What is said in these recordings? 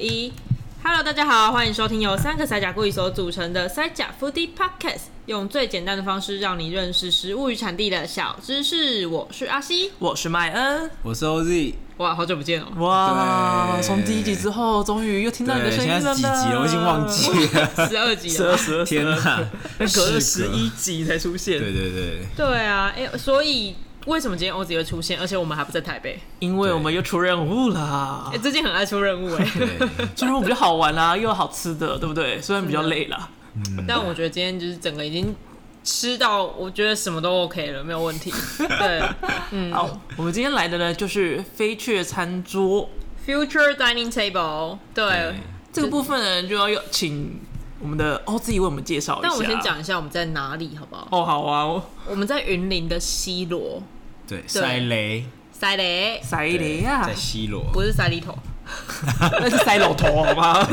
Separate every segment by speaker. Speaker 1: 一，Hello，大家好，欢迎收听由三个塞甲故意所组成的塞甲 Foodie Podcast，用最简单的方式让你认识食物与产地的小知识。我是阿西，
Speaker 2: 我是麦恩，
Speaker 3: 我是 OZ，
Speaker 1: 哇，好久不见哦！
Speaker 2: 哇，
Speaker 3: 对
Speaker 2: 从第一集之后，终于又听到你的
Speaker 3: 对，
Speaker 2: 声
Speaker 3: 现
Speaker 2: 音
Speaker 3: 在
Speaker 2: 了呢。
Speaker 3: 是几集了？我已经忘记 了。
Speaker 1: 十二集
Speaker 2: 十二
Speaker 1: 了，
Speaker 2: 十二，
Speaker 3: 天 哪
Speaker 2: 哪！那隔了
Speaker 3: 事
Speaker 2: 十
Speaker 3: 隔
Speaker 2: 一集才出现。
Speaker 3: 对对对，
Speaker 1: 对啊，哎、所以为什么今天欧子会出现？而且我们还不在台北，
Speaker 2: 因为我们又出任务啦
Speaker 1: 哎、。最近很爱出任 务哎、
Speaker 3: 对，
Speaker 2: 出任务比较好玩啊啦，又有好吃的，对不对？虽然比较累啦。
Speaker 1: 但我觉得今天就是整个已经吃到，我觉得什么都 OK 了，没有 问题。对
Speaker 2: 好，我们今天来的呢，就是飞雀餐桌
Speaker 1: ，Future Dining Table，对。
Speaker 2: 哎
Speaker 3: 对
Speaker 2: 这个部分呢，就要有请我们的哦自己为我们介绍一下。
Speaker 1: 但我们先讲一下我们在哪里好不好？
Speaker 2: 哦，好啊，我
Speaker 1: 我们在云林的西螺，
Speaker 3: 对，塞雷，
Speaker 1: 塞雷
Speaker 2: 塞
Speaker 3: 对
Speaker 2: 雷啊
Speaker 3: 在，西罗，
Speaker 1: 不是塞里头。
Speaker 2: 那是 塞老头好吗？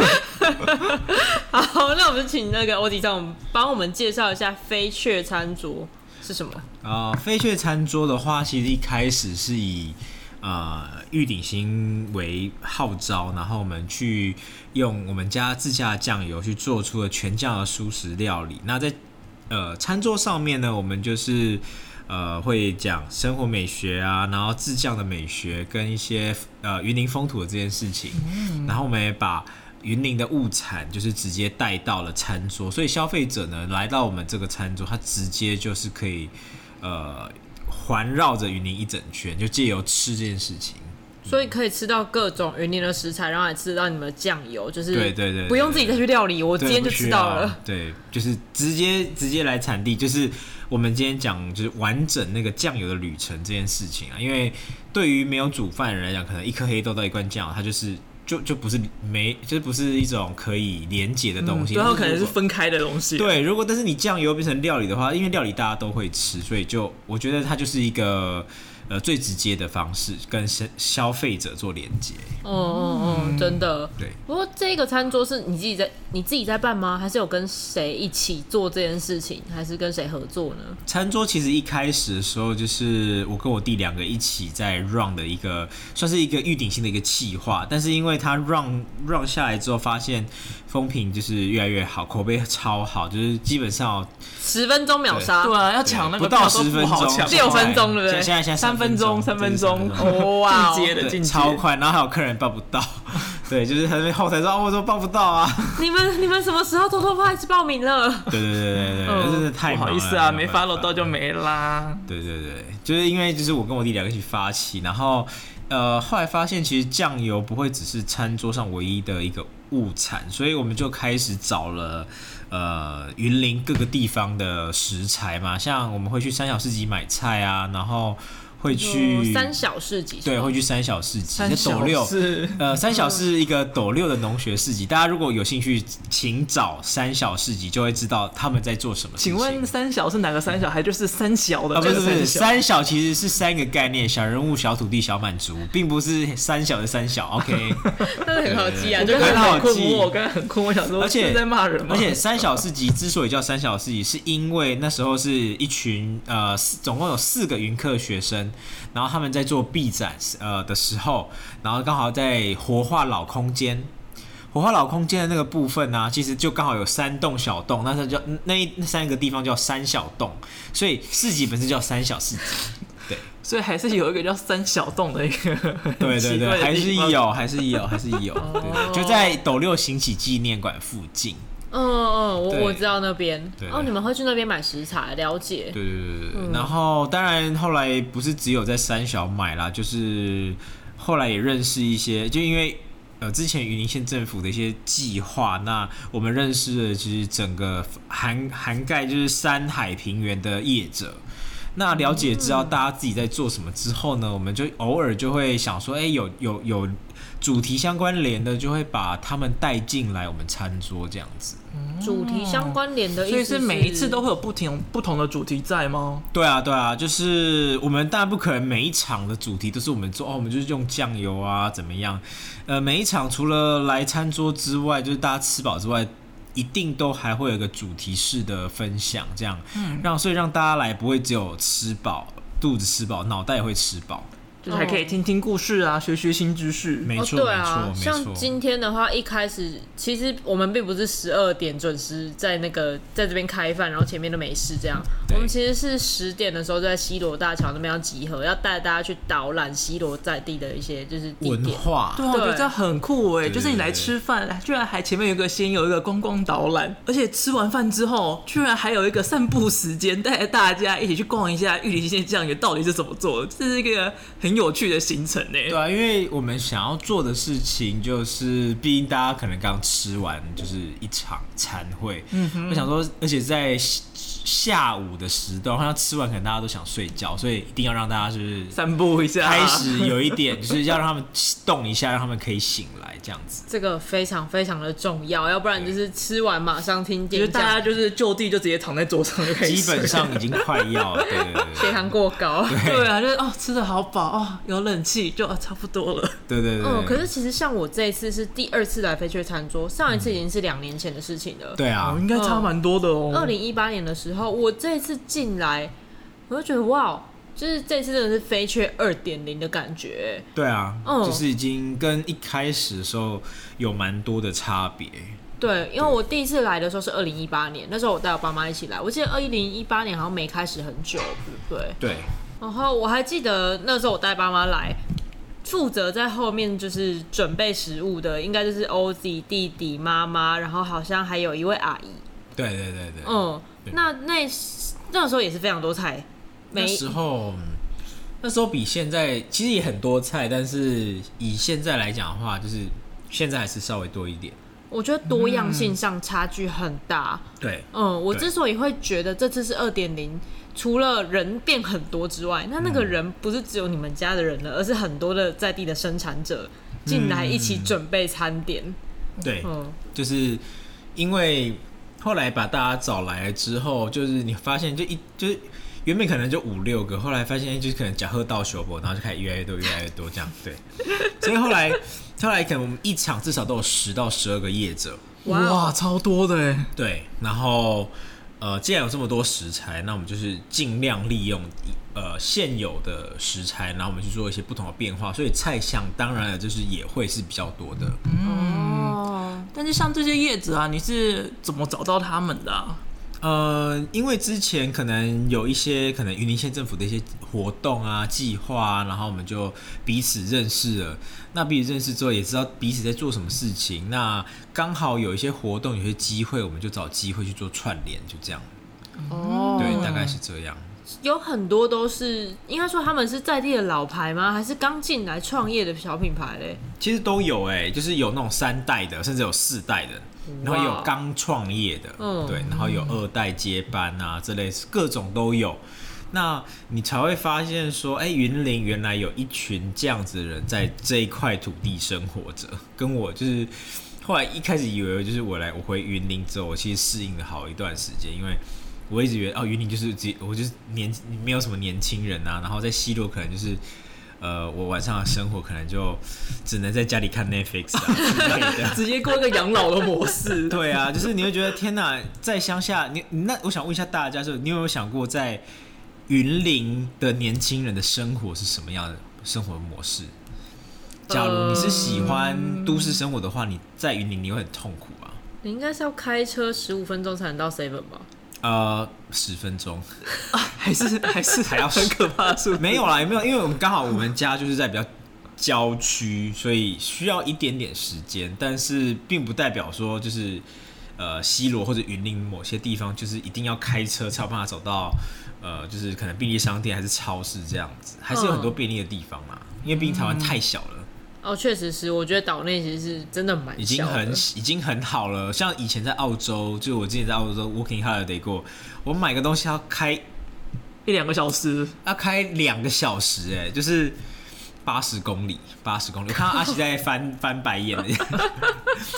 Speaker 1: 好，那我们就请那个欧迪上帮我们介绍一下飞雀餐桌是什么。
Speaker 3: 呃，飞雀餐桌的话，其实一开始是以呃玉鼎星为呃号召，然后我们去用我们家自家的酱油去做出了全酱的素食料理。那在呃餐桌上面呢，我们就是呃会讲生活美学啊，然后自酱的美学跟一些呃云林风土的这件事情，然后我们也把。云林的物产就是直接带到了餐桌，所以消费者呢来到我们这个餐桌，他直接就是可以呃环绕着云林一整圈，就借由吃这件事情。
Speaker 1: 所以可以吃到各种云林的食材，然后还吃到你们的酱油，就是
Speaker 3: 对对对对
Speaker 1: 不用自己再去料理，我今
Speaker 3: 对
Speaker 1: 天就
Speaker 3: 不需
Speaker 1: 知道
Speaker 3: 要
Speaker 1: 了。
Speaker 3: 对，就是直接直接来产地，就是我们今天讲就是完整那个酱油的旅程这件事情啊，因为对于没有煮饭的人来讲，可能一颗黑豆到一罐酱油，它就是就就不是没就是不是一种可以连结的
Speaker 1: 嗯
Speaker 3: 东西，
Speaker 2: 然后
Speaker 3: 就是
Speaker 2: 可能是
Speaker 3: 如果
Speaker 2: 分开的东西。
Speaker 3: 对，如果但是你酱油变成料理的话，因为料理大家都会吃，所以就我觉得它就是一个呃最直接的方式跟消消费者做连接。
Speaker 1: 嗯嗯嗯，真的。
Speaker 3: 对，
Speaker 1: 不过这个餐桌是你自己在你自己在办吗？还是有跟谁一起做这件事情？还是跟谁合作呢？
Speaker 3: 餐桌其实一开始的时候，就是我跟我弟两个一起在 run 的一个，算是一个预定性的一个企划。但是因为他 run run 下来之后，发现风评就是越来越好，口碑超好，就是基本上哦
Speaker 1: 十分钟秒杀，
Speaker 2: 对啊，要抢那
Speaker 3: 不
Speaker 2: 个
Speaker 3: 到
Speaker 2: 票都
Speaker 3: 十分
Speaker 2: 不好
Speaker 3: 钟，
Speaker 2: 抢，
Speaker 1: 六分钟对不对
Speaker 3: 现在现在
Speaker 2: 三分钟，三分钟，
Speaker 3: 对
Speaker 2: 哦
Speaker 1: 哇哦
Speaker 2: 进阶的
Speaker 3: 对
Speaker 2: 进阶，
Speaker 3: 超快，然后还有客人报不到， 对，就是他在后台说，哦，我说报不到啊，
Speaker 1: 你们你们什么时候偷偷派去报名了？
Speaker 3: 对对对对对，
Speaker 1: 嗯
Speaker 3: 真的太
Speaker 2: 不
Speaker 3: 忙
Speaker 2: 好
Speaker 3: 了
Speaker 2: 意思啊，
Speaker 3: 没
Speaker 2: 没
Speaker 3: 有办
Speaker 2: follow
Speaker 3: 法
Speaker 2: 到就没啦。
Speaker 3: 对对对，就是因为就是我跟我弟两个一起发起，然后呃后来发现其实酱油不会只是餐桌上唯一的一个物产，所以我们就开始找了呃云林各个地方的食材嘛，像我们会去三小市集买菜啊，然后会去、
Speaker 1: 嗯三小市集，
Speaker 3: 对会去三小市集，在斗
Speaker 2: 小
Speaker 3: 六
Speaker 2: 是
Speaker 3: 呃，三小是一个斗六的农学市集，大家如果有兴趣，请找三小市集，就会知道他们在做什么事情。
Speaker 2: 请问三小是哪个三小？还就是三小的
Speaker 3: 啊，不
Speaker 2: 这
Speaker 3: 是
Speaker 2: 个
Speaker 3: 不是，
Speaker 2: 三小。
Speaker 3: 三小其实是三个概念：小人物、小土地、小满足，并不是三小的三小。OK，
Speaker 1: 真的很好记啊，
Speaker 2: 我
Speaker 1: 就
Speaker 2: 刚才
Speaker 3: 很好
Speaker 2: 很困
Speaker 3: 记
Speaker 2: 惑，我刚才很困惑，我想说
Speaker 3: 而且
Speaker 2: 是在骂人吗？
Speaker 3: 而且三小市集之所以叫三小市集，是因为那时候是一群呃，四总共有四个云客学生，然后他们在做 B 展呃的时候，然后刚好在活化老空间。活化老空间的那个部分呢、啊其实就刚好有三栋小洞，那时候叫那一那三个地方叫三小洞，所以市集本身叫三小市集。
Speaker 2: 所以还是有一个叫三小洞的一个
Speaker 3: 对对
Speaker 2: 奇怪的
Speaker 3: 对，还是
Speaker 2: 地方。
Speaker 3: 有，还是有，还是有，对就在斗六行起纪念馆附近。
Speaker 1: 嗯嗯，我
Speaker 3: 对
Speaker 1: 我知道那边
Speaker 3: 对
Speaker 1: 哦，你们会去那边买食材，了解。
Speaker 3: 对对对对对。然后当然后来不是只有在三小买啦，就是后来也认识一些，就因为。呃，之前云林县政府的一些计划，那我们认识了其实整个呃涵涵盖就是山海平原的业者，那了解知道大家自己在做什么之后呢，我们就偶尔就会想说，哎、有有有主题相关联的，就会把他们带进来我们餐桌这样子。
Speaker 1: 主题相关联的意思，哦
Speaker 2: 所以是每一次都会有不同不同的主题在吗？
Speaker 3: 对啊，对啊，就是我们当然不可能每一场的主题都是我们做哦，我们就是用酱油啊怎么样？呃，每一场除了来餐桌之外，就是大家吃饱之外，一定都还会有一个主题式的分享，
Speaker 1: 嗯
Speaker 3: 这样，让所以让大家来不会只有吃饱，肚子吃饱，脑袋也会吃饱。
Speaker 2: 就是还可以听听故事啊，学学新知识。
Speaker 3: 没
Speaker 1: 哦，
Speaker 3: 错、
Speaker 1: 对啊，
Speaker 3: 没错没
Speaker 1: 像
Speaker 3: 错。
Speaker 1: 今天的话，一开始其实我们并不是十二点准时在那个在这边开饭，然后前面都没事这样。
Speaker 3: 对
Speaker 1: 我们其实是十点的时候在西罗大桥那边要集合，要带大家去导览西罗在地的一些就是地
Speaker 3: 文
Speaker 1: 点。
Speaker 3: 化
Speaker 2: 对啊，我觉得这样很酷哎、
Speaker 3: 对
Speaker 2: 就是你来吃饭，居然还前面有一个先有一个观光导览，而且吃完饭之后，居然还有一个散步时间，带着大家一起去逛一下玉林县酱油到底是怎么做的，这是一个很有趣的行程哎、
Speaker 3: 对啊，因为我们想要做的事情就是，毕竟大家可能刚吃完就是一场餐会，嗯、我想说，而且在下下午的时段，好像吃完可能大家都想睡觉，所以一定要让大家就是
Speaker 2: 散步一下，
Speaker 3: 开始有一点，就是要让他们动一下，让他们可以醒来这样子。
Speaker 1: 这个非常非常的重要，要不然就是吃完马上听
Speaker 2: 就是
Speaker 1: 演
Speaker 2: 大家
Speaker 1: 讲，
Speaker 2: 就是就地就直接躺在桌上就开始
Speaker 3: 基
Speaker 2: 睡，
Speaker 3: 本上已经快要了，对对对
Speaker 1: 血糖过高。
Speaker 2: 对啊，就是哦吃的好饱哦，有冷气就、哦差不多了。
Speaker 3: 对对对对。
Speaker 1: 嗯，可是其实像我这一次是第二次来翡翠餐桌，上一次已经是两年前的事情了。
Speaker 3: 对啊
Speaker 2: 哦，，应该差蛮多的哦。
Speaker 1: 二零一八年的时候，我这次进来，我就觉得哇，就是这次真的是飞缺二点零的感觉。
Speaker 3: 对啊，
Speaker 1: 嗯
Speaker 3: 就是已经跟一开始的时候有蛮多的差别。
Speaker 1: 对，因为我第一次来的时候是二零一八年，那时候我带我爸妈一起来，我记得二零一八年好像没开始很久，对不对？
Speaker 3: 对，
Speaker 1: 然后我还记得那时候我带爸妈来，负责在后面就是准备食物的，应该就是 OZ 弟弟、妈妈，然后好像还有一位阿姨。
Speaker 3: 对对对对。
Speaker 1: 嗯，
Speaker 3: 对
Speaker 1: 那那那时候也是非常多菜，每
Speaker 3: 那时候，嗯那时候比现在其实也很多菜，但是以现在来讲的话，就是现在还是稍微多一点。
Speaker 1: 我觉得多样性上差距很大。
Speaker 3: 对，
Speaker 1: 嗯，我
Speaker 3: 对
Speaker 1: 之所以会觉得这次是二点零，除了人变很多之外，那那
Speaker 3: 嗯
Speaker 1: 个人不是只有你们家的人了，而是很多的在地的生产者进来一起准备餐点。
Speaker 3: 对，
Speaker 1: 嗯，
Speaker 3: 就是因为后来把大家找来了之后，就是你发现就一就是原本可能就五六个，后来发现哎就是可能假喝到修博，然后就开始越来越多，越来越多这样。对，所以后来后来可能我们一场至少都有十到十二个业者。
Speaker 1: 哇哦
Speaker 2: 哇，超多的哎！
Speaker 3: 对，然后呃，既然有这么多食材，那我们就是尽量利用呃现有的食材，然后我们去做一些不同的变化，所以菜项当然了就是也会是比较多的。
Speaker 1: 哦，
Speaker 2: 但是像这些叶子啊，你是怎么找到他们的、啊？
Speaker 3: 呃，因为之前可能有一些可能呃云林县政府的一些活动啊、计划啊，然后我们就彼此认识了。那彼此认识之后，也知道彼此在做什么事情。那刚好有一些活动、有些机会，我们就找机会去做串联，就这样。
Speaker 1: 哦
Speaker 3: 对，大概是这样。
Speaker 1: 有很多都是应该说他们是在地的老牌吗？还是刚进来创业的小品牌嘞？
Speaker 3: 其实都有哎、就是有那种三代的，甚至有四代的，然后也有刚创业的，
Speaker 1: 嗯
Speaker 3: 对，然后有二代接班啊，这类各种都有。那你才会发现说，哎、云林原来有一群这样子的人在这一块土地生活着，跟我就是后来一开始以为就是我来我回云林之后，我其实适应了好一段时间，因为我一直觉得哦，云林就是只我就是年没有什么年轻人啊，然后在西罗可能就是呃，我晚上的生活可能就只能在家里看 Netflix 啊之类 的。
Speaker 2: 直接过一个养老的模式。
Speaker 3: 对啊，就是你会觉得天哪，在乡下，你你那我想问一下大家，就是你有没有想过在云林的年轻人的生活是什么样的生活模式？假如你是喜欢都市生活的话，你在云林你会很痛苦吗？
Speaker 1: 你应该是要开车十五分钟才能到 Seven 吧？
Speaker 3: 呃，十分钟
Speaker 2: 还是还是
Speaker 3: 还要
Speaker 2: 很可怕的数字
Speaker 3: 没有啦，也没有，因为我们刚好我们家就是在比较郊区，所以需要一点点时间，但是并不代表说就是呃西罗或者云林某些地方就是一定要开车才有办法走到呃就是可能便利商店还是超市这样子，还是有很多便利的地方嘛，因为毕竟台湾太小了。
Speaker 1: 哦，确实是，我觉得岛内其实是真的蛮
Speaker 3: 已经
Speaker 1: 小的
Speaker 3: 很已经很好了。像以前在澳洲，就是我之前在澳洲 working holiday 过，我买个东西要开
Speaker 2: 一两个小时，
Speaker 3: 要开两个小时、哎，就是八十公里，八十公里。我看到阿喜在 翻翻白眼了，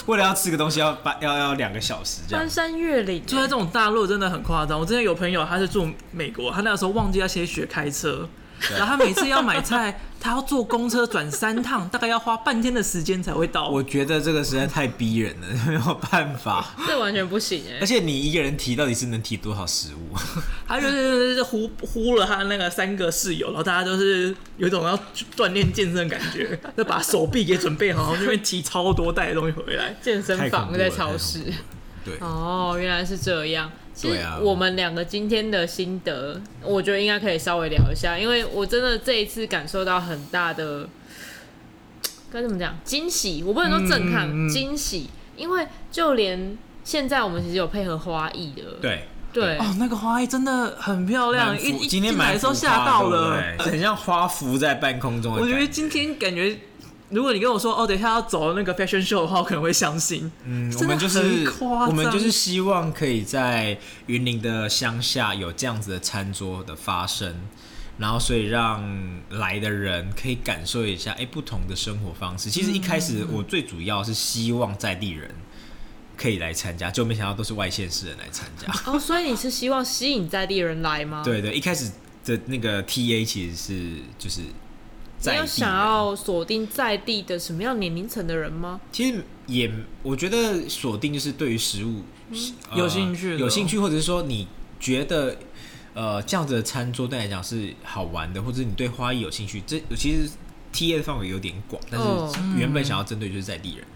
Speaker 3: 为了要吃个东西要八要要两个小时这样
Speaker 1: 翻。山越岭欸，
Speaker 2: 住在
Speaker 3: 啊
Speaker 2: 这种大陆真的很夸张。我之前有朋友他是住美国，他那时候忘记要先学开车，然后他每次要买菜， 他要坐公车转三趟，大概要花半天的时间才会到。
Speaker 3: 我觉得这个实在太逼人了， 没有办法。
Speaker 1: 这完全不行 哎、
Speaker 3: 而且你一个人提到底是能提多少食物？
Speaker 2: 他就是呼呼了他那个三个室友，然后大家都是有一种要锻炼健身的感觉，就把手臂给准备好，那边提超多袋的东西回来。
Speaker 1: 健身
Speaker 3: 太恐
Speaker 1: 房
Speaker 3: 怖了
Speaker 1: 在超市。
Speaker 3: 对，
Speaker 1: 哦，原来是这样。其实
Speaker 3: 对啊
Speaker 1: 我们两个今天的心得，我觉得应该可以稍微聊一下，因为我真的这一次感受到很大的，该怎么讲？惊喜，我不能说震撼，
Speaker 2: 嗯嗯嗯
Speaker 1: 惊喜，因为就连现在我们其实有配合花艺的，
Speaker 3: 对，
Speaker 1: 对
Speaker 2: 哦，那个花艺真的很漂亮，
Speaker 3: 蛮
Speaker 2: 一
Speaker 3: 浮
Speaker 2: 啊一
Speaker 3: 今天
Speaker 2: 进
Speaker 3: 蛮
Speaker 2: 来的时候
Speaker 3: 浮
Speaker 2: 吓
Speaker 3: 夸
Speaker 2: 到
Speaker 3: 对不
Speaker 2: 了。
Speaker 3: 对很像花浮在半空中的
Speaker 2: 我
Speaker 3: 感。
Speaker 2: 觉得今天感觉，如果你跟我说哦，等一下要走那个 fashion show 的话，我可能会相信。
Speaker 3: 嗯，我
Speaker 2: 真的
Speaker 3: 们就
Speaker 2: 很
Speaker 3: 是
Speaker 2: 夸张
Speaker 3: 我们就是希望可以在云林的乡下有这样子的餐桌的发生，然后所以让来的人可以感受一下哎、诶不同的生活方式。其实一开始
Speaker 2: 嗯
Speaker 3: 我最主要是希望在地人可以来参加，就没想到都是外县市人来参加。
Speaker 1: 哦，所以你是希望吸引在地人来吗？，
Speaker 3: 对对，一开始的那个 TA 其实是就是在
Speaker 1: 你
Speaker 3: 地
Speaker 1: 有
Speaker 3: 人
Speaker 1: 想要锁定在地的什么样年龄层的人吗？
Speaker 3: 其实也，我觉得锁定就是对于食物、
Speaker 2: 嗯
Speaker 3: 呃
Speaker 2: 有兴趣的
Speaker 3: 有兴趣，或者是说你觉得呃这样子的餐桌对你来讲是好玩的，或者你对花艺有兴趣，这其实 T A 的范围有点广，但
Speaker 1: 哦
Speaker 3: 是原本想要针对就是在地人，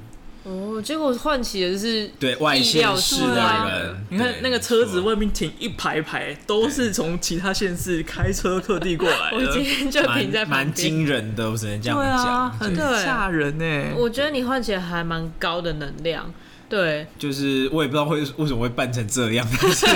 Speaker 1: 哦，结果唤起的是
Speaker 3: 对外县市
Speaker 2: 嗯
Speaker 1: 意料之
Speaker 3: 的
Speaker 1: 外
Speaker 3: 人，呃
Speaker 2: 啊你看
Speaker 3: 对
Speaker 2: 那个
Speaker 3: 没
Speaker 2: 车子
Speaker 3: 错
Speaker 2: 外面停一排排，都是从其他县市开车特地过来
Speaker 1: 我今
Speaker 2: 的。
Speaker 1: 天就停在
Speaker 3: 蛮
Speaker 1: 旁
Speaker 3: 蛮
Speaker 1: 边。
Speaker 3: 惊人的，我只能这
Speaker 2: 对
Speaker 3: 样
Speaker 2: 啊，
Speaker 3: 讲。
Speaker 2: 很
Speaker 3: 对
Speaker 1: 对
Speaker 2: 吓人欸呢。
Speaker 1: 我觉得你唤起了还蛮高的能量，对，
Speaker 3: 就是我也不知道会为什么会办成这样， 但是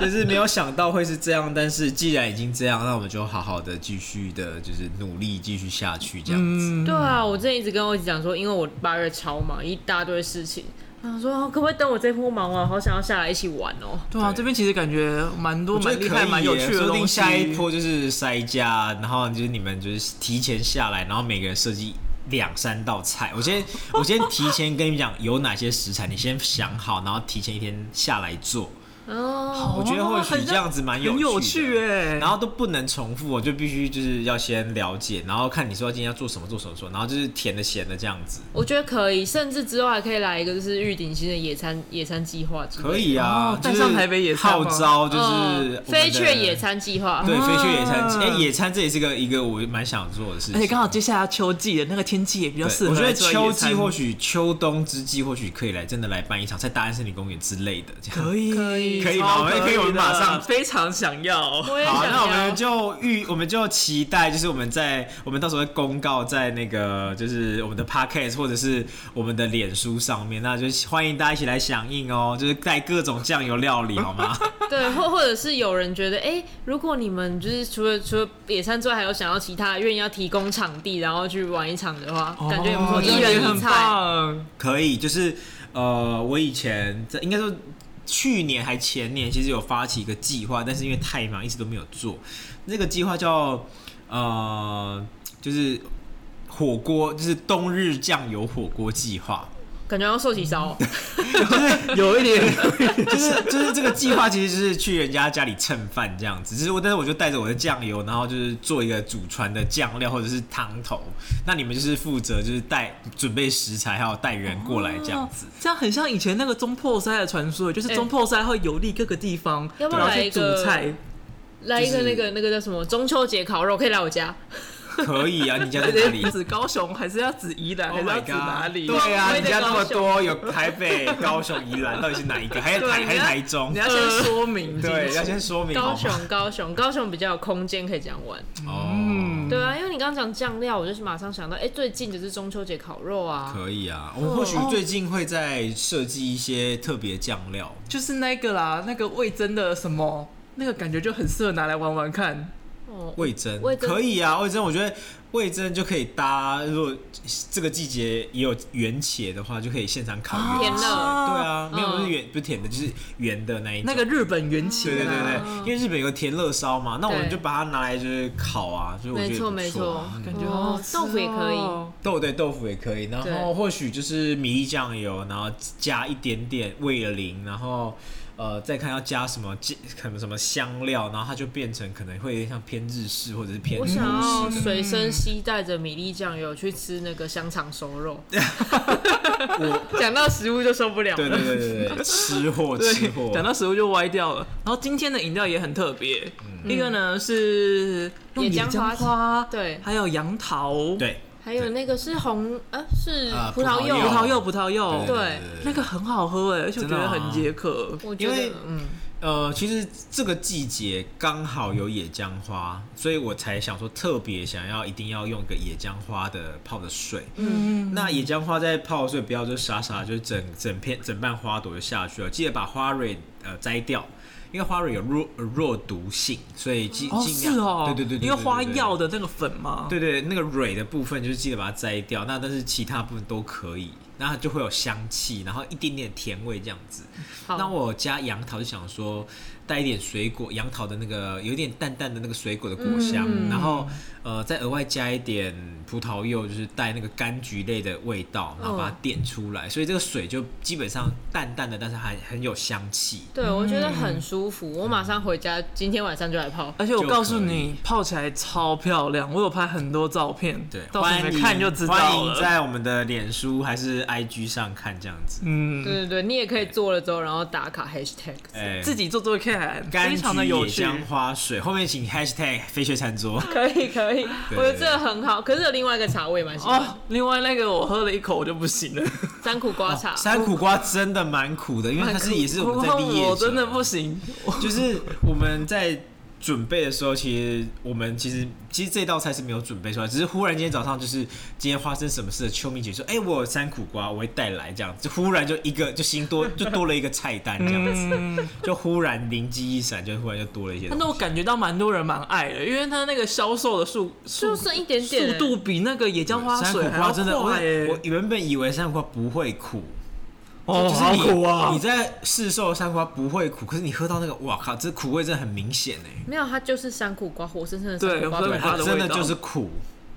Speaker 3: 就是没有想到会是这样。但是既然已经这样，那我们就好好的继续的，就是努力继续下去这样子。
Speaker 2: 嗯，
Speaker 1: 对啊，我之前一直跟我一起讲说，因为我八月超忙，一大堆事情，然后说哦可不可以等我这波忙完，好想要下来一起玩哦。
Speaker 2: 对啊，
Speaker 3: 对
Speaker 2: 这边其实感觉蛮多
Speaker 3: 我觉得
Speaker 2: 蛮厉
Speaker 3: 可
Speaker 2: 害、
Speaker 3: 以
Speaker 2: 蛮
Speaker 3: 耶
Speaker 2: 有趣的
Speaker 3: 说不
Speaker 2: 东
Speaker 3: 定
Speaker 2: 西。
Speaker 3: 下一波就是塞家，然后就是你们就是提前下来，然后每个人设计两三道菜。我先我先提前跟你讲有哪些食材，你先想好，然后提前一天下来做。
Speaker 1: 哦，
Speaker 3: 我觉得或
Speaker 2: 很像
Speaker 3: 许这样子蛮
Speaker 2: 很有
Speaker 3: 趣的
Speaker 2: 趣哎。
Speaker 3: 然后都不能重复，我哦就必须就是要先了解，然后看你说今天要做什么做什么做，然后就是甜的咸的这样子，
Speaker 1: 我觉得可以，甚至之后还可以来一个就是预定新的野餐野餐计划之类的，
Speaker 3: 可以啊
Speaker 2: 哦，
Speaker 3: 就是
Speaker 2: 带上台北野菜吗
Speaker 3: 号召就是我
Speaker 1: 嗯，
Speaker 3: 们的
Speaker 1: 飞雀野，餐计划，
Speaker 3: 对，飞雀野餐，
Speaker 2: 啊
Speaker 3: 哎，野餐这也是个一个我蛮想做的事情，
Speaker 2: 而且刚好接下来要秋季了，那个天气也比较
Speaker 3: 对
Speaker 2: 适合
Speaker 3: 我觉
Speaker 2: 来
Speaker 3: 得
Speaker 2: 做
Speaker 3: 秋
Speaker 2: 野餐
Speaker 3: 季或许秋冬之际或许可以来真的来办一场，在大安森林公园之类的这样。
Speaker 2: 可以
Speaker 1: 可以
Speaker 3: 可以吗
Speaker 2: 超
Speaker 3: 我们可以我们
Speaker 2: 的
Speaker 3: 马上
Speaker 2: 非常想要。
Speaker 1: 我也
Speaker 3: 好，
Speaker 1: 想
Speaker 3: 那我
Speaker 1: 要
Speaker 3: 们。就预，我们就期待，就是我们在我们到时候会公告在那个就是我们的 podcast 或者是我们的脸书上面，那就欢迎大家一起来响应哦，就是带各种酱油料理好吗？
Speaker 1: 对，或或者是有人觉得，哎、如果你们就是除了除了野餐之外，还有想要其他愿意要提供场地，然后去玩一场的话，感觉也不错，
Speaker 2: 哦
Speaker 1: 一
Speaker 2: 这样也
Speaker 1: 人一
Speaker 2: 很
Speaker 1: 菜。
Speaker 2: 棒。
Speaker 3: 可以，就是呃，我以前在应该说去年还前年，其实有发起一个计划，但是因为太忙，一直都没有做。那个计划叫呃，就是火锅，就是冬日酱油火锅计划。
Speaker 1: 感觉要受起烧、哦，
Speaker 3: 嗯
Speaker 2: 有一点，
Speaker 3: 就是就是这个计划其实是去人家家里蹭饭这样子，只是我但是我就带着我的酱油，然后就是做一个祖传的酱料或者是汤头，那你们就是负责就是带准备食材，还有带人过来这样子。
Speaker 2: 哦这样很像以前那个中破塞的传说，就是
Speaker 1: 哎
Speaker 2: 中破塞会游历各个地方，
Speaker 1: 要不
Speaker 2: 然
Speaker 1: 要
Speaker 2: 后
Speaker 1: 来一
Speaker 2: 去煮
Speaker 1: 个
Speaker 2: 菜。
Speaker 1: 来一个
Speaker 3: 就是
Speaker 1: 那个那个叫什么中秋节烤肉，可以来我家。
Speaker 3: 可以啊，你家在哪 里
Speaker 2: 对，指高雄哎还是要指宜兰，还
Speaker 3: Oh
Speaker 2: 是要
Speaker 3: my
Speaker 2: 指哪里？
Speaker 3: 对啊，
Speaker 1: 我也
Speaker 3: 你
Speaker 1: 在
Speaker 3: 家那么多，有台北、高雄、宜兰，到底是哪一个？还有
Speaker 2: 对啊
Speaker 3: 台，
Speaker 2: 你
Speaker 3: 还是
Speaker 2: 要
Speaker 3: 台中
Speaker 2: 你？要先说明。
Speaker 3: 对，
Speaker 2: 清
Speaker 3: 要
Speaker 2: 楚
Speaker 3: 先说明哦
Speaker 1: 高
Speaker 3: 好
Speaker 1: 雄
Speaker 3: 吗？，
Speaker 1: 高雄，高雄比较有空间可以这样玩。
Speaker 2: 嗯
Speaker 3: 哦，
Speaker 1: 对啊，因为你刚刚讲酱料，我就是马上想到，哎、最近就是中秋节烤肉啊。
Speaker 3: 可以啊。我
Speaker 2: 哦
Speaker 3: 们或许最近会再设计一些特别酱料，
Speaker 2: 就是那个啦，那个味增的什么，那个感觉就很适合拿来玩玩看。
Speaker 1: 哦，
Speaker 3: 味增
Speaker 1: 味噌
Speaker 3: 可以啊，味增我觉得味增就可以搭，如果这个季节也有圆茄的话，就可以现场烤圆
Speaker 1: 哦甜
Speaker 3: 茄。
Speaker 1: 的
Speaker 3: 对啊，没有不是
Speaker 1: 嗯
Speaker 3: 圆不是甜的，就是圆的那一种。
Speaker 2: 那个日本原起
Speaker 3: 对对对
Speaker 2: 啊，
Speaker 3: 对，因为日本有个甜乐烧嘛，那我们
Speaker 1: 对
Speaker 3: 就把它拿来就是烤啊，所以我觉得
Speaker 1: 没
Speaker 3: 也
Speaker 1: 错
Speaker 3: 不
Speaker 1: 没
Speaker 3: 错
Speaker 1: 错
Speaker 3: 啊，嗯
Speaker 2: 感觉
Speaker 1: 哦
Speaker 2: 好好吃
Speaker 1: 豆腐也可以
Speaker 2: 哦
Speaker 3: 豆对豆腐也可以，然
Speaker 1: 对
Speaker 3: 后或许就是米粒酱油，然后加一点点味淋，然后呃，再看要加什么芥可能什么香料，然后它就变成可能会像偏日式嗯或者是偏
Speaker 1: 我
Speaker 3: 中式
Speaker 1: 想要
Speaker 3: 的。
Speaker 1: 随身携带着米粒酱油去吃那个香肠熟 肉，讲到食物就受不了
Speaker 3: 对
Speaker 1: 了
Speaker 3: 对。对对对，吃货吃货
Speaker 2: 对，。讲到食物就歪掉了。然后今天的饮料也很特别，
Speaker 3: 嗯
Speaker 2: 一个呢是用
Speaker 1: 野姜
Speaker 2: 野姜
Speaker 1: 花
Speaker 2: 花，
Speaker 1: 对
Speaker 2: 还有杨桃，，
Speaker 3: 对，
Speaker 1: 还有那个是红呃是
Speaker 3: 呃
Speaker 1: 葡萄
Speaker 2: 葡
Speaker 3: 葡
Speaker 2: 萄
Speaker 1: 柚，
Speaker 2: 柚，葡萄柚，
Speaker 1: 哦对
Speaker 2: 那个很好喝哎，而且我觉
Speaker 3: 真的
Speaker 2: 得
Speaker 3: 啊
Speaker 2: 很解渴。
Speaker 1: 我觉
Speaker 3: 因为
Speaker 1: 得嗯
Speaker 3: 呃，其实这个季节刚好有野姜花，所以我才想说特别想要一定要用个野姜花的泡的水。
Speaker 2: 嗯，
Speaker 3: 那野姜花在泡的水不要就傻傻就整整片整瓣花朵就下去了，记得把花蕊呃摘掉。因为花蕊有弱呃弱毒性，所以尽
Speaker 2: 哦
Speaker 3: 尽
Speaker 2: 是
Speaker 3: 量、
Speaker 2: 哦，
Speaker 3: 对对对对，
Speaker 2: 因为花
Speaker 3: 对
Speaker 2: 药的那个粉嘛，
Speaker 3: 对对，那个蕊的部分就是记得把它摘掉，那但是其他部分都可以，那它就会有香气，然后一点点甜味这样子。
Speaker 1: 好
Speaker 3: 那我加杨桃就想说带一点水果，杨桃的那个有点淡淡的那个水果的果香，然
Speaker 2: 嗯
Speaker 3: 后呃再额外加一点葡萄柚，就是带那个柑橘类的味道，然后把它点出来，所以这个水就基本上淡淡的，但是还很有香气。
Speaker 1: 对我觉得
Speaker 3: 嗯
Speaker 1: 很舒服，我马上回家，今天晚上就来泡。
Speaker 2: 而且我
Speaker 3: 就
Speaker 2: 告诉
Speaker 3: 可以
Speaker 2: 你，泡起来超漂亮，我有拍很多照片，
Speaker 3: 对，
Speaker 2: 到时候
Speaker 3: 欢
Speaker 2: 你
Speaker 3: 迎
Speaker 2: 们看就知
Speaker 3: 欢
Speaker 2: 道
Speaker 3: 迎
Speaker 2: 了。
Speaker 3: 在我们的脸书还是 IG 上看这样子。
Speaker 2: 嗯，
Speaker 1: 对对对，你也可以做了之后，然后打卡 hashtag。
Speaker 3: 哎
Speaker 2: 自己做做看，
Speaker 3: 柑
Speaker 2: 非常的
Speaker 3: 橘
Speaker 2: 有
Speaker 3: 野
Speaker 2: 趣。啊
Speaker 3: 姜花水，后面请 hashtag 飞雪餐桌。
Speaker 1: 可以可以，我
Speaker 3: 对
Speaker 1: 觉得这个很好。可是有另外一个茶我也蛮喜欢的，
Speaker 2: 哦，另外那个我喝了一口我就不行 了，
Speaker 1: 山苦瓜
Speaker 2: 哦
Speaker 1: 茶。
Speaker 3: 山苦瓜真的蛮苦的，因为它是也是我们在立业者，
Speaker 2: 哦我真的不行。我
Speaker 3: 就是 我们在准备的时候，其实我们其实其实这道菜是没有准备出来，只是忽然今天早上就是今天发生什么事，秋明姐说：“哎、我有山苦瓜，我会带来。”这样，就忽然就一个就新多就多了一个菜单这样子， 就忽然灵机一闪，就忽然就多了一些东
Speaker 2: 但
Speaker 3: 西。
Speaker 2: 是我感觉到蛮多人蛮爱的，因为它那个销售的速
Speaker 1: 就
Speaker 2: 速
Speaker 1: 剩一点点、
Speaker 2: 速度比那个野姜花
Speaker 3: 山苦
Speaker 2: 水还
Speaker 3: 瓜
Speaker 2: 要
Speaker 3: 真的，我
Speaker 2: 快欸耶
Speaker 3: 我原本以为山苦瓜不会苦，
Speaker 2: 哦，
Speaker 3: 就是
Speaker 2: 好
Speaker 3: 你
Speaker 2: 苦啊
Speaker 3: 你！在市售的山瓜不会苦，可是你喝到那个，哇靠，这苦味真的很明显哎，
Speaker 1: 没有，它就是山苦瓜，活生生的
Speaker 2: 对
Speaker 1: 山苦瓜
Speaker 2: 我喝
Speaker 1: 本
Speaker 2: 对
Speaker 1: 来。
Speaker 2: 它
Speaker 3: 它
Speaker 2: 的
Speaker 3: 真
Speaker 2: 味
Speaker 3: 的
Speaker 2: 道嗯
Speaker 3: 就是苦。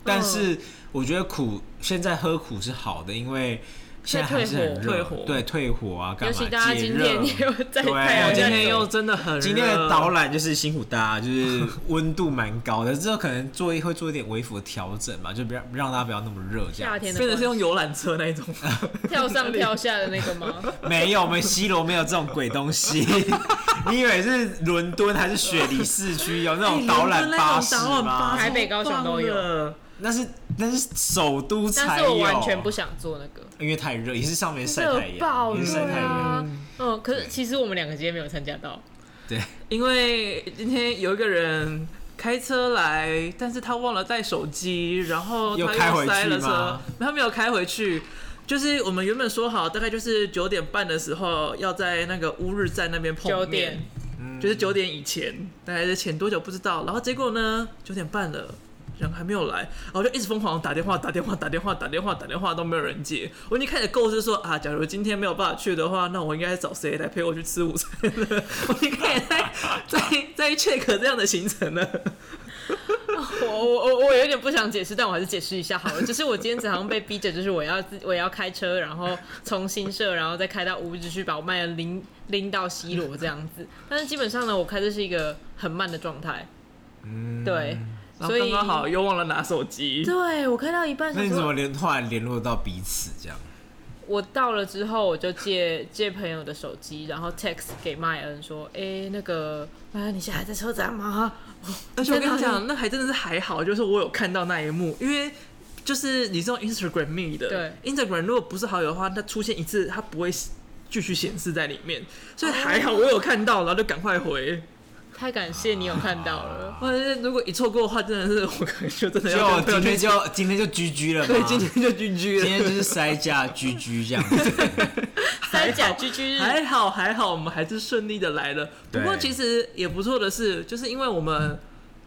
Speaker 3: 但是我觉得苦，现在喝苦是好的，因为现在还是很
Speaker 2: 退
Speaker 3: 热
Speaker 2: 火，
Speaker 3: 对退火啊，干
Speaker 1: 尤
Speaker 3: 嘛
Speaker 1: 其大家
Speaker 3: 解
Speaker 1: 今
Speaker 3: 热
Speaker 1: 天又在
Speaker 3: 对
Speaker 1: 太阳下
Speaker 2: 我今天又真的很热
Speaker 3: 今天的导览就是辛苦大家，就是温度蛮高的，之后可能做一会做一点微幅的调整嘛，就不要让大家不要那么热这样
Speaker 1: 夏。天的
Speaker 2: 真的是
Speaker 1: 光
Speaker 2: 用游览车那一种，
Speaker 1: 跳上跳下的那个吗？
Speaker 3: 没有，我们西罗没有这种鬼东西。你以为是伦敦还是雪梨市区有那种哦
Speaker 2: 哎
Speaker 3: 导览巴士吗？
Speaker 1: 士台北高雄都有
Speaker 2: 有。
Speaker 3: 那是那是首都
Speaker 1: 但
Speaker 3: 才
Speaker 1: 是
Speaker 3: 有，啊
Speaker 1: 我完全不想做那个，
Speaker 3: 因为太热，也是上面晒
Speaker 1: 热
Speaker 3: 太阳，
Speaker 1: 爆
Speaker 3: 也是
Speaker 1: 热
Speaker 3: 晒太阳。
Speaker 1: 啊！嗯，可是其实我们两个今天没有参加到，
Speaker 3: 对，
Speaker 2: 因为今天有一个人开车来，但是他忘了带手机，然后
Speaker 3: 又
Speaker 2: 他
Speaker 3: 开回去
Speaker 2: 塞了车
Speaker 3: 吗，
Speaker 2: 他没有开回去。就是我们原本说好，大概就是九点半的时候要在那个乌日站那边碰面，
Speaker 1: 九点
Speaker 2: 就是九点以前，大概是前多久不知道。然后结果呢，九点半了。人还没有来，然后就一直疯狂打电话、打电话、打电话、打电话、打电话，都没有人接。我已经开始构思说啊，假如今天没有办法去的话，那我应该找谁来陪我去吃午餐呢？ 我已经开始在在在 check 这样的行程了。
Speaker 1: 我我我我有点不想解释，但我还是解释一下好了。就是我今天早上被逼着，就是我要自我要开车，然后从新社，然后再开到乌日去把我麦恩拎拎到西罗这样子。但是基本上呢，我开车是一个很慢的状态，嗯，对，
Speaker 2: 然后
Speaker 1: 所以
Speaker 2: 刚刚好又忘了拿手机，
Speaker 1: 对我开到一半，
Speaker 3: 那
Speaker 1: 想
Speaker 3: 你怎
Speaker 1: 说
Speaker 3: 么联后来联络到彼此这样？
Speaker 1: 我到了之后，我就借借朋友的手机，然后 text 给麦恩说：“哎、那个麦恩，你现在还在车站吗？
Speaker 2: 而且我跟你
Speaker 1: 在哪
Speaker 2: 讲，那还真的是还好，就是我有看到那一幕，因为就是你是用 Instagram me 的，Instagram 如果不是好友的话，它出现一次它不会继续显示在里面，所以还好我有看到，然后就赶快回。
Speaker 1: 太感谢你有看到了。
Speaker 2: 哇，如果一错过的话，真的是我可能就真的要
Speaker 3: 就
Speaker 2: 跟朋友
Speaker 3: 今天啊
Speaker 2: 去
Speaker 3: 就今天就 GG 了吗？
Speaker 2: 对，今天就 GG 了。
Speaker 3: 今天就是塞架 GG 这样子。
Speaker 1: 三甲居居日，
Speaker 2: 还好还好，我们还是顺利的来了。不过
Speaker 3: 对
Speaker 2: 其实也不错的是，就是因为我们。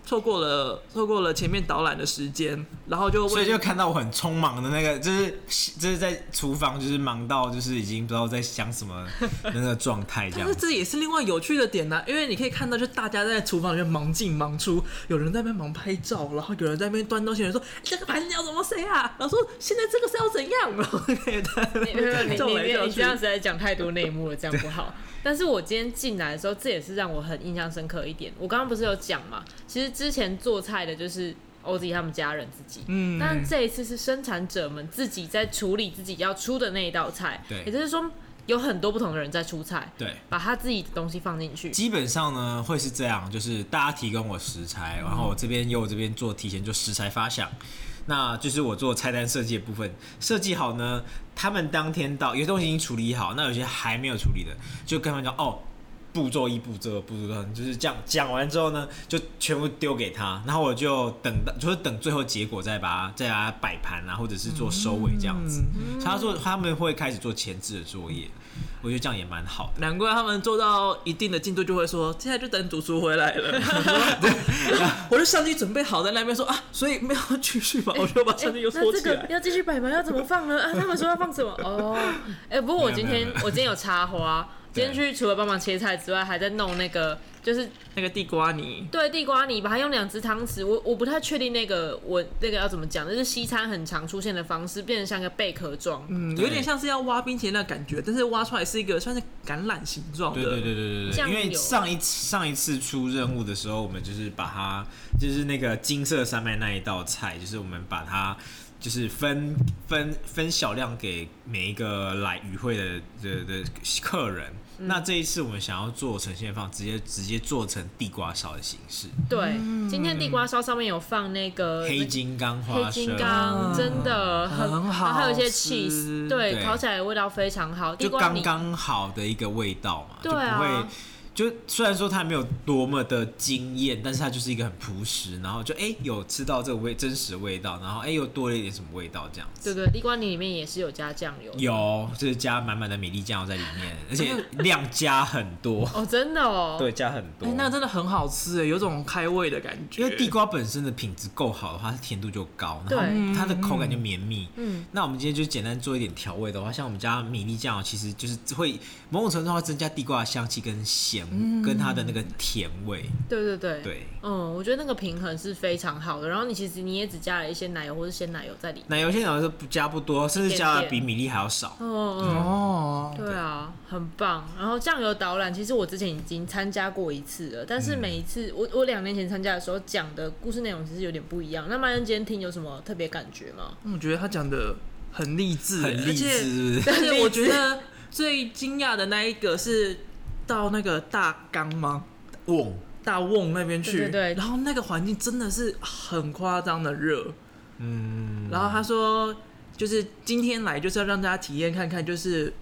Speaker 2: 错过了错过了前面导览的时间，然后就
Speaker 3: 所以就看到我很匆忙的那个，就是就是在厨房，就是忙到就是已经不知道在想什么的那个状态这
Speaker 2: 但
Speaker 3: 样
Speaker 2: 是。这也是另外有趣的点呢、因为你可以看到，就大家在厨房里面忙进忙出，有人在那边忙拍照，然后有人在那边端东西，有人说哎这个盘子要怎么塞啊，然后说现在这个是要怎样，然后 可以在那
Speaker 1: 你 没有
Speaker 2: 边
Speaker 1: 你
Speaker 2: 叫
Speaker 1: 你
Speaker 2: 来
Speaker 1: 别
Speaker 2: 叫
Speaker 1: 你
Speaker 2: 去
Speaker 1: 这。样子在讲太多内幕了，这样不好。 但是我今天进来的时候，这也是让我很印象深刻一点。我刚刚不是有讲嘛，其实之前做菜的就是欧子他们家人自己，
Speaker 2: 嗯
Speaker 1: 但这一次是生产者们自己在处理自己要出的那一道菜，
Speaker 3: 对
Speaker 1: 也就是说有很多不同的人在出菜，
Speaker 3: 对，
Speaker 1: 把他自己的东西放进去，
Speaker 3: 基本上呢会是这样，就是大家提供我食材，然后我这边由我这边做提前做食材发想，那就是我做菜单设计的部分。设计好呢，他们当天到，有些东西已经处理好，那有些还没有处理的，就跟他们讲哦。步骤一、步骤二、步骤三，就是这样讲完之后呢，就全部丢给他，然后我就等到，就是等最后结果再把它再把它摆盘啊，或者是做收尾这样子。所以他说他们会开始做前置的作业，我觉得这样也蛮好的。
Speaker 2: 难怪他们做到一定的进度就会说，现在就等主厨回来了。 我就相机准备好在那边说啊，所以没有继续吧，我就把相机又缩
Speaker 1: 哎 那这
Speaker 2: 起
Speaker 1: 个
Speaker 2: 来。
Speaker 1: 要继续摆吗？要怎么放呢？啊，他们说要放什 么？哦，哎、不过我今
Speaker 3: 没有
Speaker 1: 天
Speaker 3: 没有没有
Speaker 1: 我今天有插花，今天
Speaker 3: 对
Speaker 1: 去除了帮忙切菜之外，还在弄那个就是
Speaker 2: 那个地瓜泥，
Speaker 1: 对地瓜泥吧，还用两只汤匙。我我不太确定那个我那个要怎么讲，就是西餐很常出现的方式，变成像个贝壳状。
Speaker 2: 嗯，
Speaker 3: 对
Speaker 2: 有点像是要挖冰淇淋的感觉，但是挖出来是一个算是橄榄形状的。
Speaker 3: 对对对对对对，
Speaker 1: 酱
Speaker 3: 因
Speaker 1: 油
Speaker 3: 为上一次上一次出任务的时候，我们就是把它就是那个金色山脉那一道菜，就是我们把它就是分分分小量给每一个来与会的的的客人。
Speaker 1: 嗯
Speaker 3: 那这一次我们想要做呈现方，直接直接做成地瓜烧的形式，
Speaker 1: 对，
Speaker 2: 嗯
Speaker 1: 今天地瓜烧上面有放呃那个
Speaker 3: 黑金刚
Speaker 1: 黑
Speaker 3: 花生
Speaker 1: 金，刚，真的很
Speaker 2: 很好
Speaker 1: 然后还有一些
Speaker 2: 吃
Speaker 1: cheese，对，
Speaker 3: 对
Speaker 1: 烤起来的味道非常好。地
Speaker 3: 就
Speaker 1: 瓜
Speaker 3: 刚
Speaker 1: 泥
Speaker 3: 刚好的一个味道嘛，
Speaker 1: 对啊
Speaker 3: 就不会。就虽然说它没有多么的惊艳，但是它就是一个很朴实，然后就哎、有吃到这个味真实的味道，然后哎、又多了一点什么味道这样子。
Speaker 1: 对对，地瓜泥里面也是有加酱油的。
Speaker 3: 有，就是加满满的米粒酱油在里面，而且量加很多，
Speaker 1: 哦，真的哦，
Speaker 3: 对，加很多。
Speaker 2: 哎、那真的很好吃哎，有种开胃的感觉。
Speaker 3: 因为地瓜本身的品质够好的话，它甜度就高，
Speaker 1: 对
Speaker 3: 然后它的口感就绵密。
Speaker 1: 嗯，
Speaker 3: 那我们今天就简单做一点调味的话，像我们家米粒酱油，哦其实就是会某种程度上会增加地瓜的香气跟咸，跟它的那个甜味。
Speaker 1: 对对对
Speaker 3: 对，
Speaker 1: 嗯，我觉得那个平衡是非常好的。然后你其实你也只加了一些奶油或是鲜奶油在里面。
Speaker 3: 奶油现在是不加不多，甚至加的
Speaker 1: 点
Speaker 3: 比
Speaker 1: 点
Speaker 3: 米粒还要少。
Speaker 1: 哦，
Speaker 2: 哦，
Speaker 1: 对啊，很棒。然后酱油导览，其实我之前已经参加过一次了，但是每一次、我我两年前参加的时候讲的故事内容其实有点不一样。那曼恩今天听有什么特别感觉吗？
Speaker 2: 我觉得他讲的很励志哎，
Speaker 3: 很励志是不是
Speaker 2: 而且而且我觉得最惊讶的那一个是到那个大缸吗？
Speaker 3: 瓮，
Speaker 2: 大 瓮那边去，
Speaker 1: 对对对
Speaker 2: 然后那个环境真的是很夸张的热。
Speaker 3: 嗯，
Speaker 2: 然后他说，就是今天来就是要让大家体验看看，就是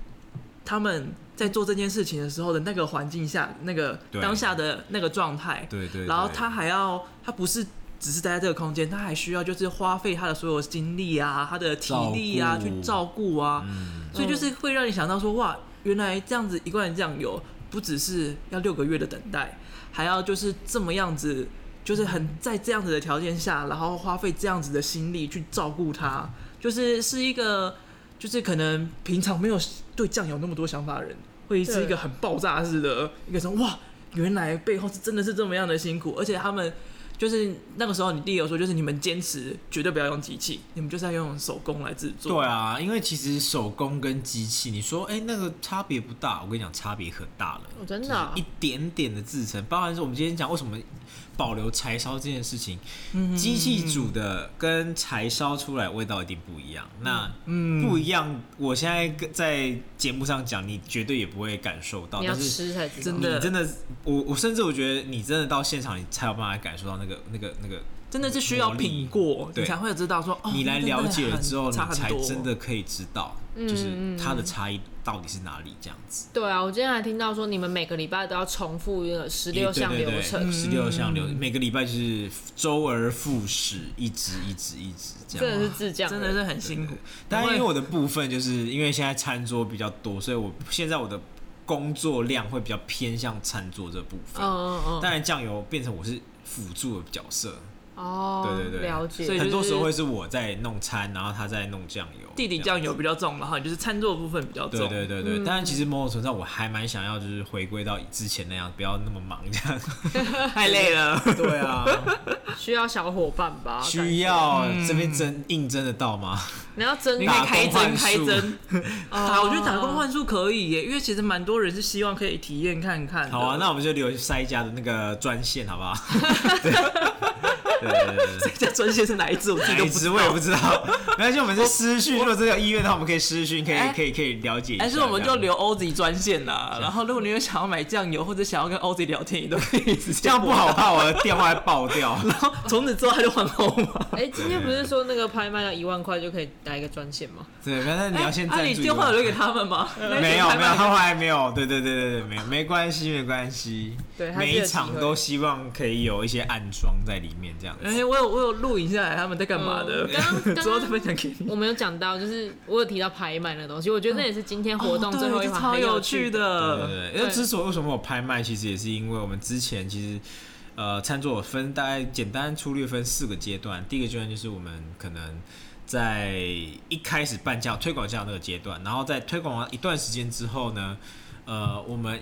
Speaker 2: 他们在做这件事情的时候的那个环境下，那个
Speaker 3: 对
Speaker 2: 当下的那个状态。
Speaker 3: 对对对
Speaker 2: 然后他还要，他不是只是待在这个空间，他还需要就是花费他的所有精力啊，他的体力啊，
Speaker 3: 照顾
Speaker 2: 去照顾啊。
Speaker 3: 嗯，
Speaker 2: 所以就是会让你想到说，哇，原来这样子一罐酱油不只是要六个月的等待，还要就是这么样子，就是很在这样子的条件下，然后花费这样子的心力去照顾它，就是是一个，就是可能平常没有对酱油那么多想法的人，会是一
Speaker 1: 对
Speaker 2: 个很爆炸式的一个说，哇，原来背后是真的是这么样的辛苦，而且他们。就是那个时候，你弟有说，就是你们坚持绝对不要用机器，你们就是要用手工来制作。
Speaker 3: 对啊，因为其实手工跟机器，你说哎、那个差别不大，我跟你讲差别可大了。
Speaker 1: 我真的啊、
Speaker 3: 一点点的制成，包含是我们今天讲为什么保留柴烧这件事情，机器煮的跟柴烧出来味道一定不一样。那不一样，我现在跟在节目上讲，你绝对也不会感受到，
Speaker 1: 你要
Speaker 3: 但是。
Speaker 1: 吃才知道。
Speaker 2: 真的
Speaker 3: 你真的，我我甚至我觉得你真的到现场，你才有办法感受到那个那个那个，
Speaker 2: 真的是需要品过，
Speaker 3: 对
Speaker 2: 你才会知道说，哦，
Speaker 3: 你
Speaker 2: 那
Speaker 3: 来
Speaker 2: 真的
Speaker 3: 了解了
Speaker 2: 很
Speaker 3: 之后，你
Speaker 2: 差很
Speaker 3: 才
Speaker 2: 多哦
Speaker 3: 真的可以知道，就是
Speaker 1: 嗯嗯
Speaker 3: 它的差异到底是哪里这样子。
Speaker 1: 对啊，我今天还听到说你们每个礼拜都要重复一个十六项流程。
Speaker 2: 嗯
Speaker 3: 十六项流，每个礼拜就是周而复始，一直一直一直这
Speaker 1: 真的是
Speaker 3: 样。
Speaker 1: 智障，欸
Speaker 2: 真的是很辛苦。
Speaker 3: 当然，因为我的部分就是因为现在餐桌比较多，所以我现在我的工作量会比较偏向餐桌这部
Speaker 1: 嗯
Speaker 3: 分。
Speaker 1: 嗯嗯，
Speaker 3: 当然，酱油变成我是辅助的角色。
Speaker 1: 哦，
Speaker 3: 对对对
Speaker 1: 了解。
Speaker 2: 所以就是
Speaker 3: 很多时候会是我在弄餐，然后他在弄酱油，
Speaker 2: 弟弟
Speaker 3: 这样。
Speaker 2: 酱油比较重，然后你就是餐桌部分比较重。
Speaker 3: 对对对
Speaker 1: 嗯
Speaker 3: 对，但是其实某种程度上，我还蛮想要就是回归到之前那样，不要那么忙这样。
Speaker 2: 太累 了。
Speaker 3: 对啊，
Speaker 1: 需要小伙伴吧？
Speaker 3: 需要这边真应征得到吗？
Speaker 1: 你要真哦
Speaker 2: 你
Speaker 1: 打
Speaker 2: 可以开
Speaker 3: 打工
Speaker 2: 针
Speaker 3: 换
Speaker 2: 开
Speaker 3: 宿
Speaker 2: 针，打我觉得打工换宿可以耶，因为其实蛮多人是希望可以体验看看的。
Speaker 3: 好 啊，那我们就留塞家的那个专线好不好？对对对对对。
Speaker 2: 这专线是哪一支，我自己
Speaker 3: 哪
Speaker 2: 都
Speaker 3: 一
Speaker 2: 不知
Speaker 3: 支
Speaker 2: 道
Speaker 3: 我也不知道，没关系，我们是私讯。如果真的有意愿的话，我们可以私讯，可以
Speaker 2: 哎
Speaker 3: 可以可以了解一下。
Speaker 2: 还是我们
Speaker 3: 这
Speaker 2: 就
Speaker 3: 样
Speaker 2: 留 OZ 专线啦。然后如果你有想要买酱油或者想要跟 OZ 聊天，你都可以直接
Speaker 3: 这样不好，怕我的电话会爆 掉。
Speaker 2: 然后 从此之后他就换号码。
Speaker 1: 哎、今天不是说那个拍卖要一万块就可以打一个专线吗？
Speaker 3: 对，反正你要先
Speaker 2: 哎啊，
Speaker 3: 赞
Speaker 2: 你
Speaker 3: 助。
Speaker 2: 电话有留啊给他们 吗？
Speaker 3: 没有没有，他们还没有。对对对对对，没没关系没关系。
Speaker 1: 对还是有
Speaker 3: 每
Speaker 1: 机会
Speaker 3: 一场都希望可以有一些暗装在里面，这样
Speaker 2: 哎、
Speaker 3: 子。
Speaker 2: 我有我有录影下来他们在干嘛的，
Speaker 1: 嗯刚刚 哦
Speaker 2: 之后再分享给你。
Speaker 1: 我们有讲到，就是我有提到拍卖的东西，我觉得那也是今天活动
Speaker 2: 哦对
Speaker 1: 最后一
Speaker 2: 这
Speaker 1: 环
Speaker 2: 超
Speaker 1: 很
Speaker 2: 有
Speaker 1: 趣
Speaker 2: 趣
Speaker 1: 的。
Speaker 3: 对
Speaker 2: 的，
Speaker 3: 对对，那之所以为什么我拍卖，其实也是因为我们之前其实。呃，餐桌我分大概简单粗略分四个阶段。第一个阶段就是我们可能在一开始办酱推广酱那个阶段，然后在推广完一段时间之后呢，呃，我们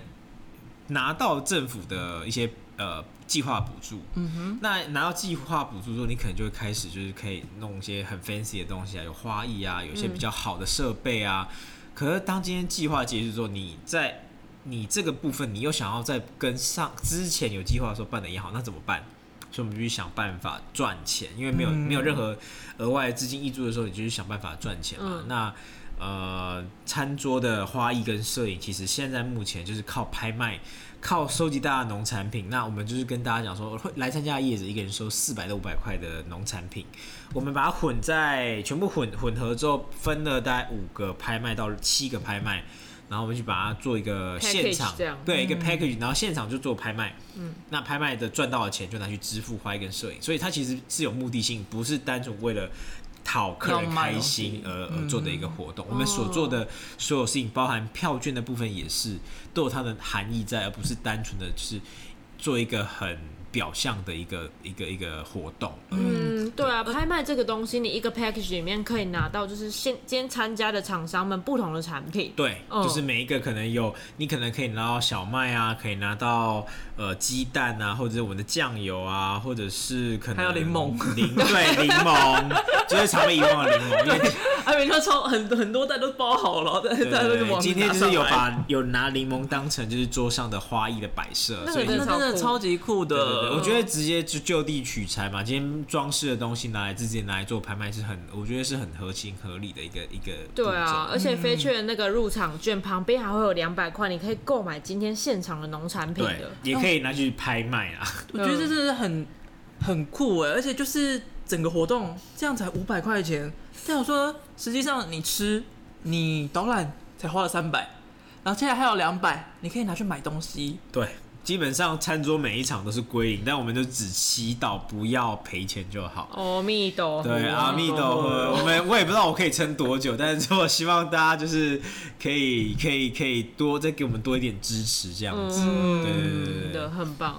Speaker 3: 拿到政府的一些呃计划补助，嗯哼，那拿到计划补助之后，你可能就会开始就是可以弄一些很 fancy 的东西啊，有花艺啊，有一些比较好的设备啊。可是当今天计划结束之后，你在你这个部分，你又想要再跟上之前有计划的时候办的也好，那怎么办？所以我们必须想办法赚钱，因为没有、没有任何额外资金挹注的时候，你就是想办法赚钱嘛。
Speaker 1: 嗯
Speaker 3: 那呃，餐桌的花艺跟摄影，其实现在目前就是靠拍卖，靠收集大家的农产品。那我们就是跟大家讲说，会来参加的叶子一个人收四百到五百块的农产品，我们把它混在全部混混合之后，分了大概五个拍卖到七个拍卖。然后我们去把它做一个
Speaker 1: Package
Speaker 3: 现场
Speaker 1: 这样嗯
Speaker 3: 对一个 package，、然后现场就做拍卖，嗯，那拍卖的赚到的钱就拿去支付花艺跟摄影，所以它其实是有目的性，不是单纯为了讨客人开心而而做的一个活动。我们所做的所有事情，包含票券的部分也是都有它的含义在，而不是单纯的就是做一个很表象的一个一个一个活动。
Speaker 1: 嗯，对啊，拍卖这个东西，你一个 package 里面可以拿到，就是现今天参加的厂商们不同的产品。
Speaker 3: 对，
Speaker 1: 嗯
Speaker 3: 就是每一个可能有，你可能可以拿到小麦啊，可以拿到呃鸡蛋啊，或者是我们的酱油啊，或者是可能
Speaker 2: 还有柠檬
Speaker 3: 柠对柠檬，就是常被遗忘的柠檬，因为
Speaker 2: 啊，每天超很很多袋都包好了，但是
Speaker 3: 对
Speaker 2: 大家都
Speaker 3: 对
Speaker 2: 是
Speaker 3: 对，
Speaker 2: 往
Speaker 3: 今天就是有
Speaker 2: 拿上来
Speaker 3: 把有拿柠檬当成就是桌上的花艺的摆设，
Speaker 1: 那个
Speaker 3: 所以
Speaker 2: 那真的超级酷的，
Speaker 3: 对对对，我觉得直接就就地取材嘛，今天装饰的东西拿来直接拿来做拍卖是很，我觉得是很合情合理的一个一个步骤。
Speaker 1: 对啊，而且飞雀的那个入场券旁边还会有两百块，你可以购买今天现场的农产品
Speaker 3: 对
Speaker 1: 的。，
Speaker 3: 也可以拿去拍卖啊。
Speaker 2: 我觉得这真的很很酷哎，而且就是整个活动这样才五百块钱，但我说实际上你吃你导览才花了三百，然后接下来还有两百，你可以拿去买东西。
Speaker 3: 对，基本上餐桌每一场都是归零，但我们就只祈祷不要赔钱就好。
Speaker 1: 哦，蜜豆，
Speaker 3: 对，阿弥陀佛，我们我也不知道我可以撑多久，但是我希望大家就是可以可以可以多再给我们多一点支持这样子。
Speaker 1: 嗯
Speaker 3: 对对对对
Speaker 1: 的
Speaker 3: 对，
Speaker 1: 很棒。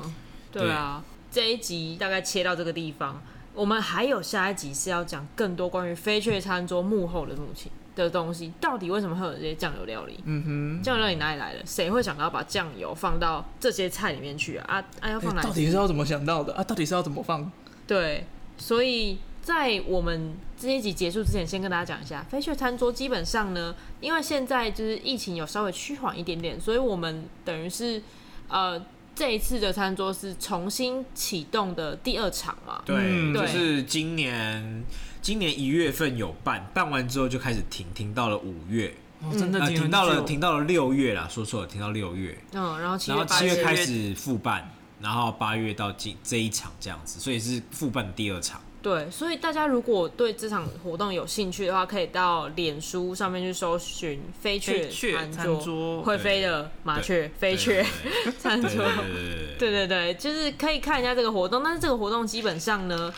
Speaker 1: 对啊，这一集大概切到这个地方，我们还有下一集是要讲更多关于飞雀餐桌幕后的母亲的东西，到底为什么会有这些酱油料理？
Speaker 2: 嗯
Speaker 1: 酱油料理哪里来的？谁会想到把酱油放到这些菜里面去啊？啊，啊要
Speaker 2: 哼
Speaker 1: 放哪
Speaker 2: 哎到
Speaker 1: 里？
Speaker 2: 底是要怎么想到的啊？到底是要怎么放？
Speaker 1: 对，所以在我们这一集结束之前，先跟大家讲一下，飞雀餐桌基本上呢，因为现在就是疫情有稍微趋缓一点点，所以我们等于是呃这一次的餐桌是重新启动的第二场嘛。
Speaker 3: 对，
Speaker 2: 嗯
Speaker 3: 就
Speaker 1: 对
Speaker 3: 是今年今年一月份有办，办完之后就开始停，停到了五月，
Speaker 2: 哦，真的
Speaker 3: 呃，
Speaker 2: 挺
Speaker 3: 停到了
Speaker 2: 很久
Speaker 3: 停到了六月啦，说错了，停到六月。
Speaker 1: 嗯，然后七
Speaker 3: 然
Speaker 1: 月
Speaker 3: 后
Speaker 1: 八
Speaker 3: 七
Speaker 1: 月
Speaker 3: 月开始复办，然后八月到今这一场这样子，所以是复办第二场。
Speaker 1: 对，所以大家如果对这场活动有兴趣的话，可以到脸书上面去搜寻飞雀
Speaker 2: 飞雀
Speaker 1: 餐
Speaker 2: 餐
Speaker 1: 桌，
Speaker 2: 桌
Speaker 1: 会飞的麻
Speaker 3: 对
Speaker 1: 雀飞雀
Speaker 3: 对
Speaker 1: 餐桌
Speaker 3: 对。对对对对对。
Speaker 1: 对对对，就是可以看一下这个活动，但是这个活动基本上呢，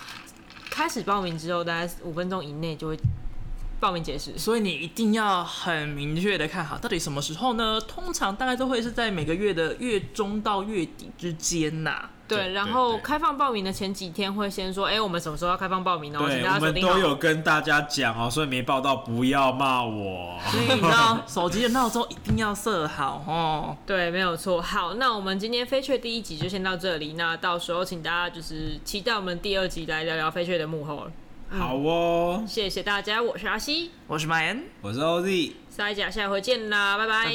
Speaker 1: 开始报名之后，大概五分钟以内就会报名截止。
Speaker 2: 所以你一定要很明确的看好，到底什么时候呢？通常大概都会是在每个月的月中到月底之间呐、
Speaker 1: 对，然后开放报名的前几天会先说，哎、我们什么时候要开放报名哦，请
Speaker 3: 对，
Speaker 1: 大
Speaker 3: 我
Speaker 1: 家锁
Speaker 3: 们
Speaker 1: 定好。
Speaker 3: 都有跟大家讲哦，所以没报到不要骂我。
Speaker 2: 所以你知道，手机的闹钟一定要设好哦。
Speaker 1: 对，没有错。好，那我们今天飞雀第一集就先到这里，那到时候请大家就是期待我们第二集来聊聊飞雀的幕后了。
Speaker 3: 好哦，
Speaker 1: 谢谢大家，我是阿西，
Speaker 2: 我是马恩，
Speaker 3: 我是 OZ。
Speaker 1: 啊塞甲，下回见啦，
Speaker 2: 拜拜。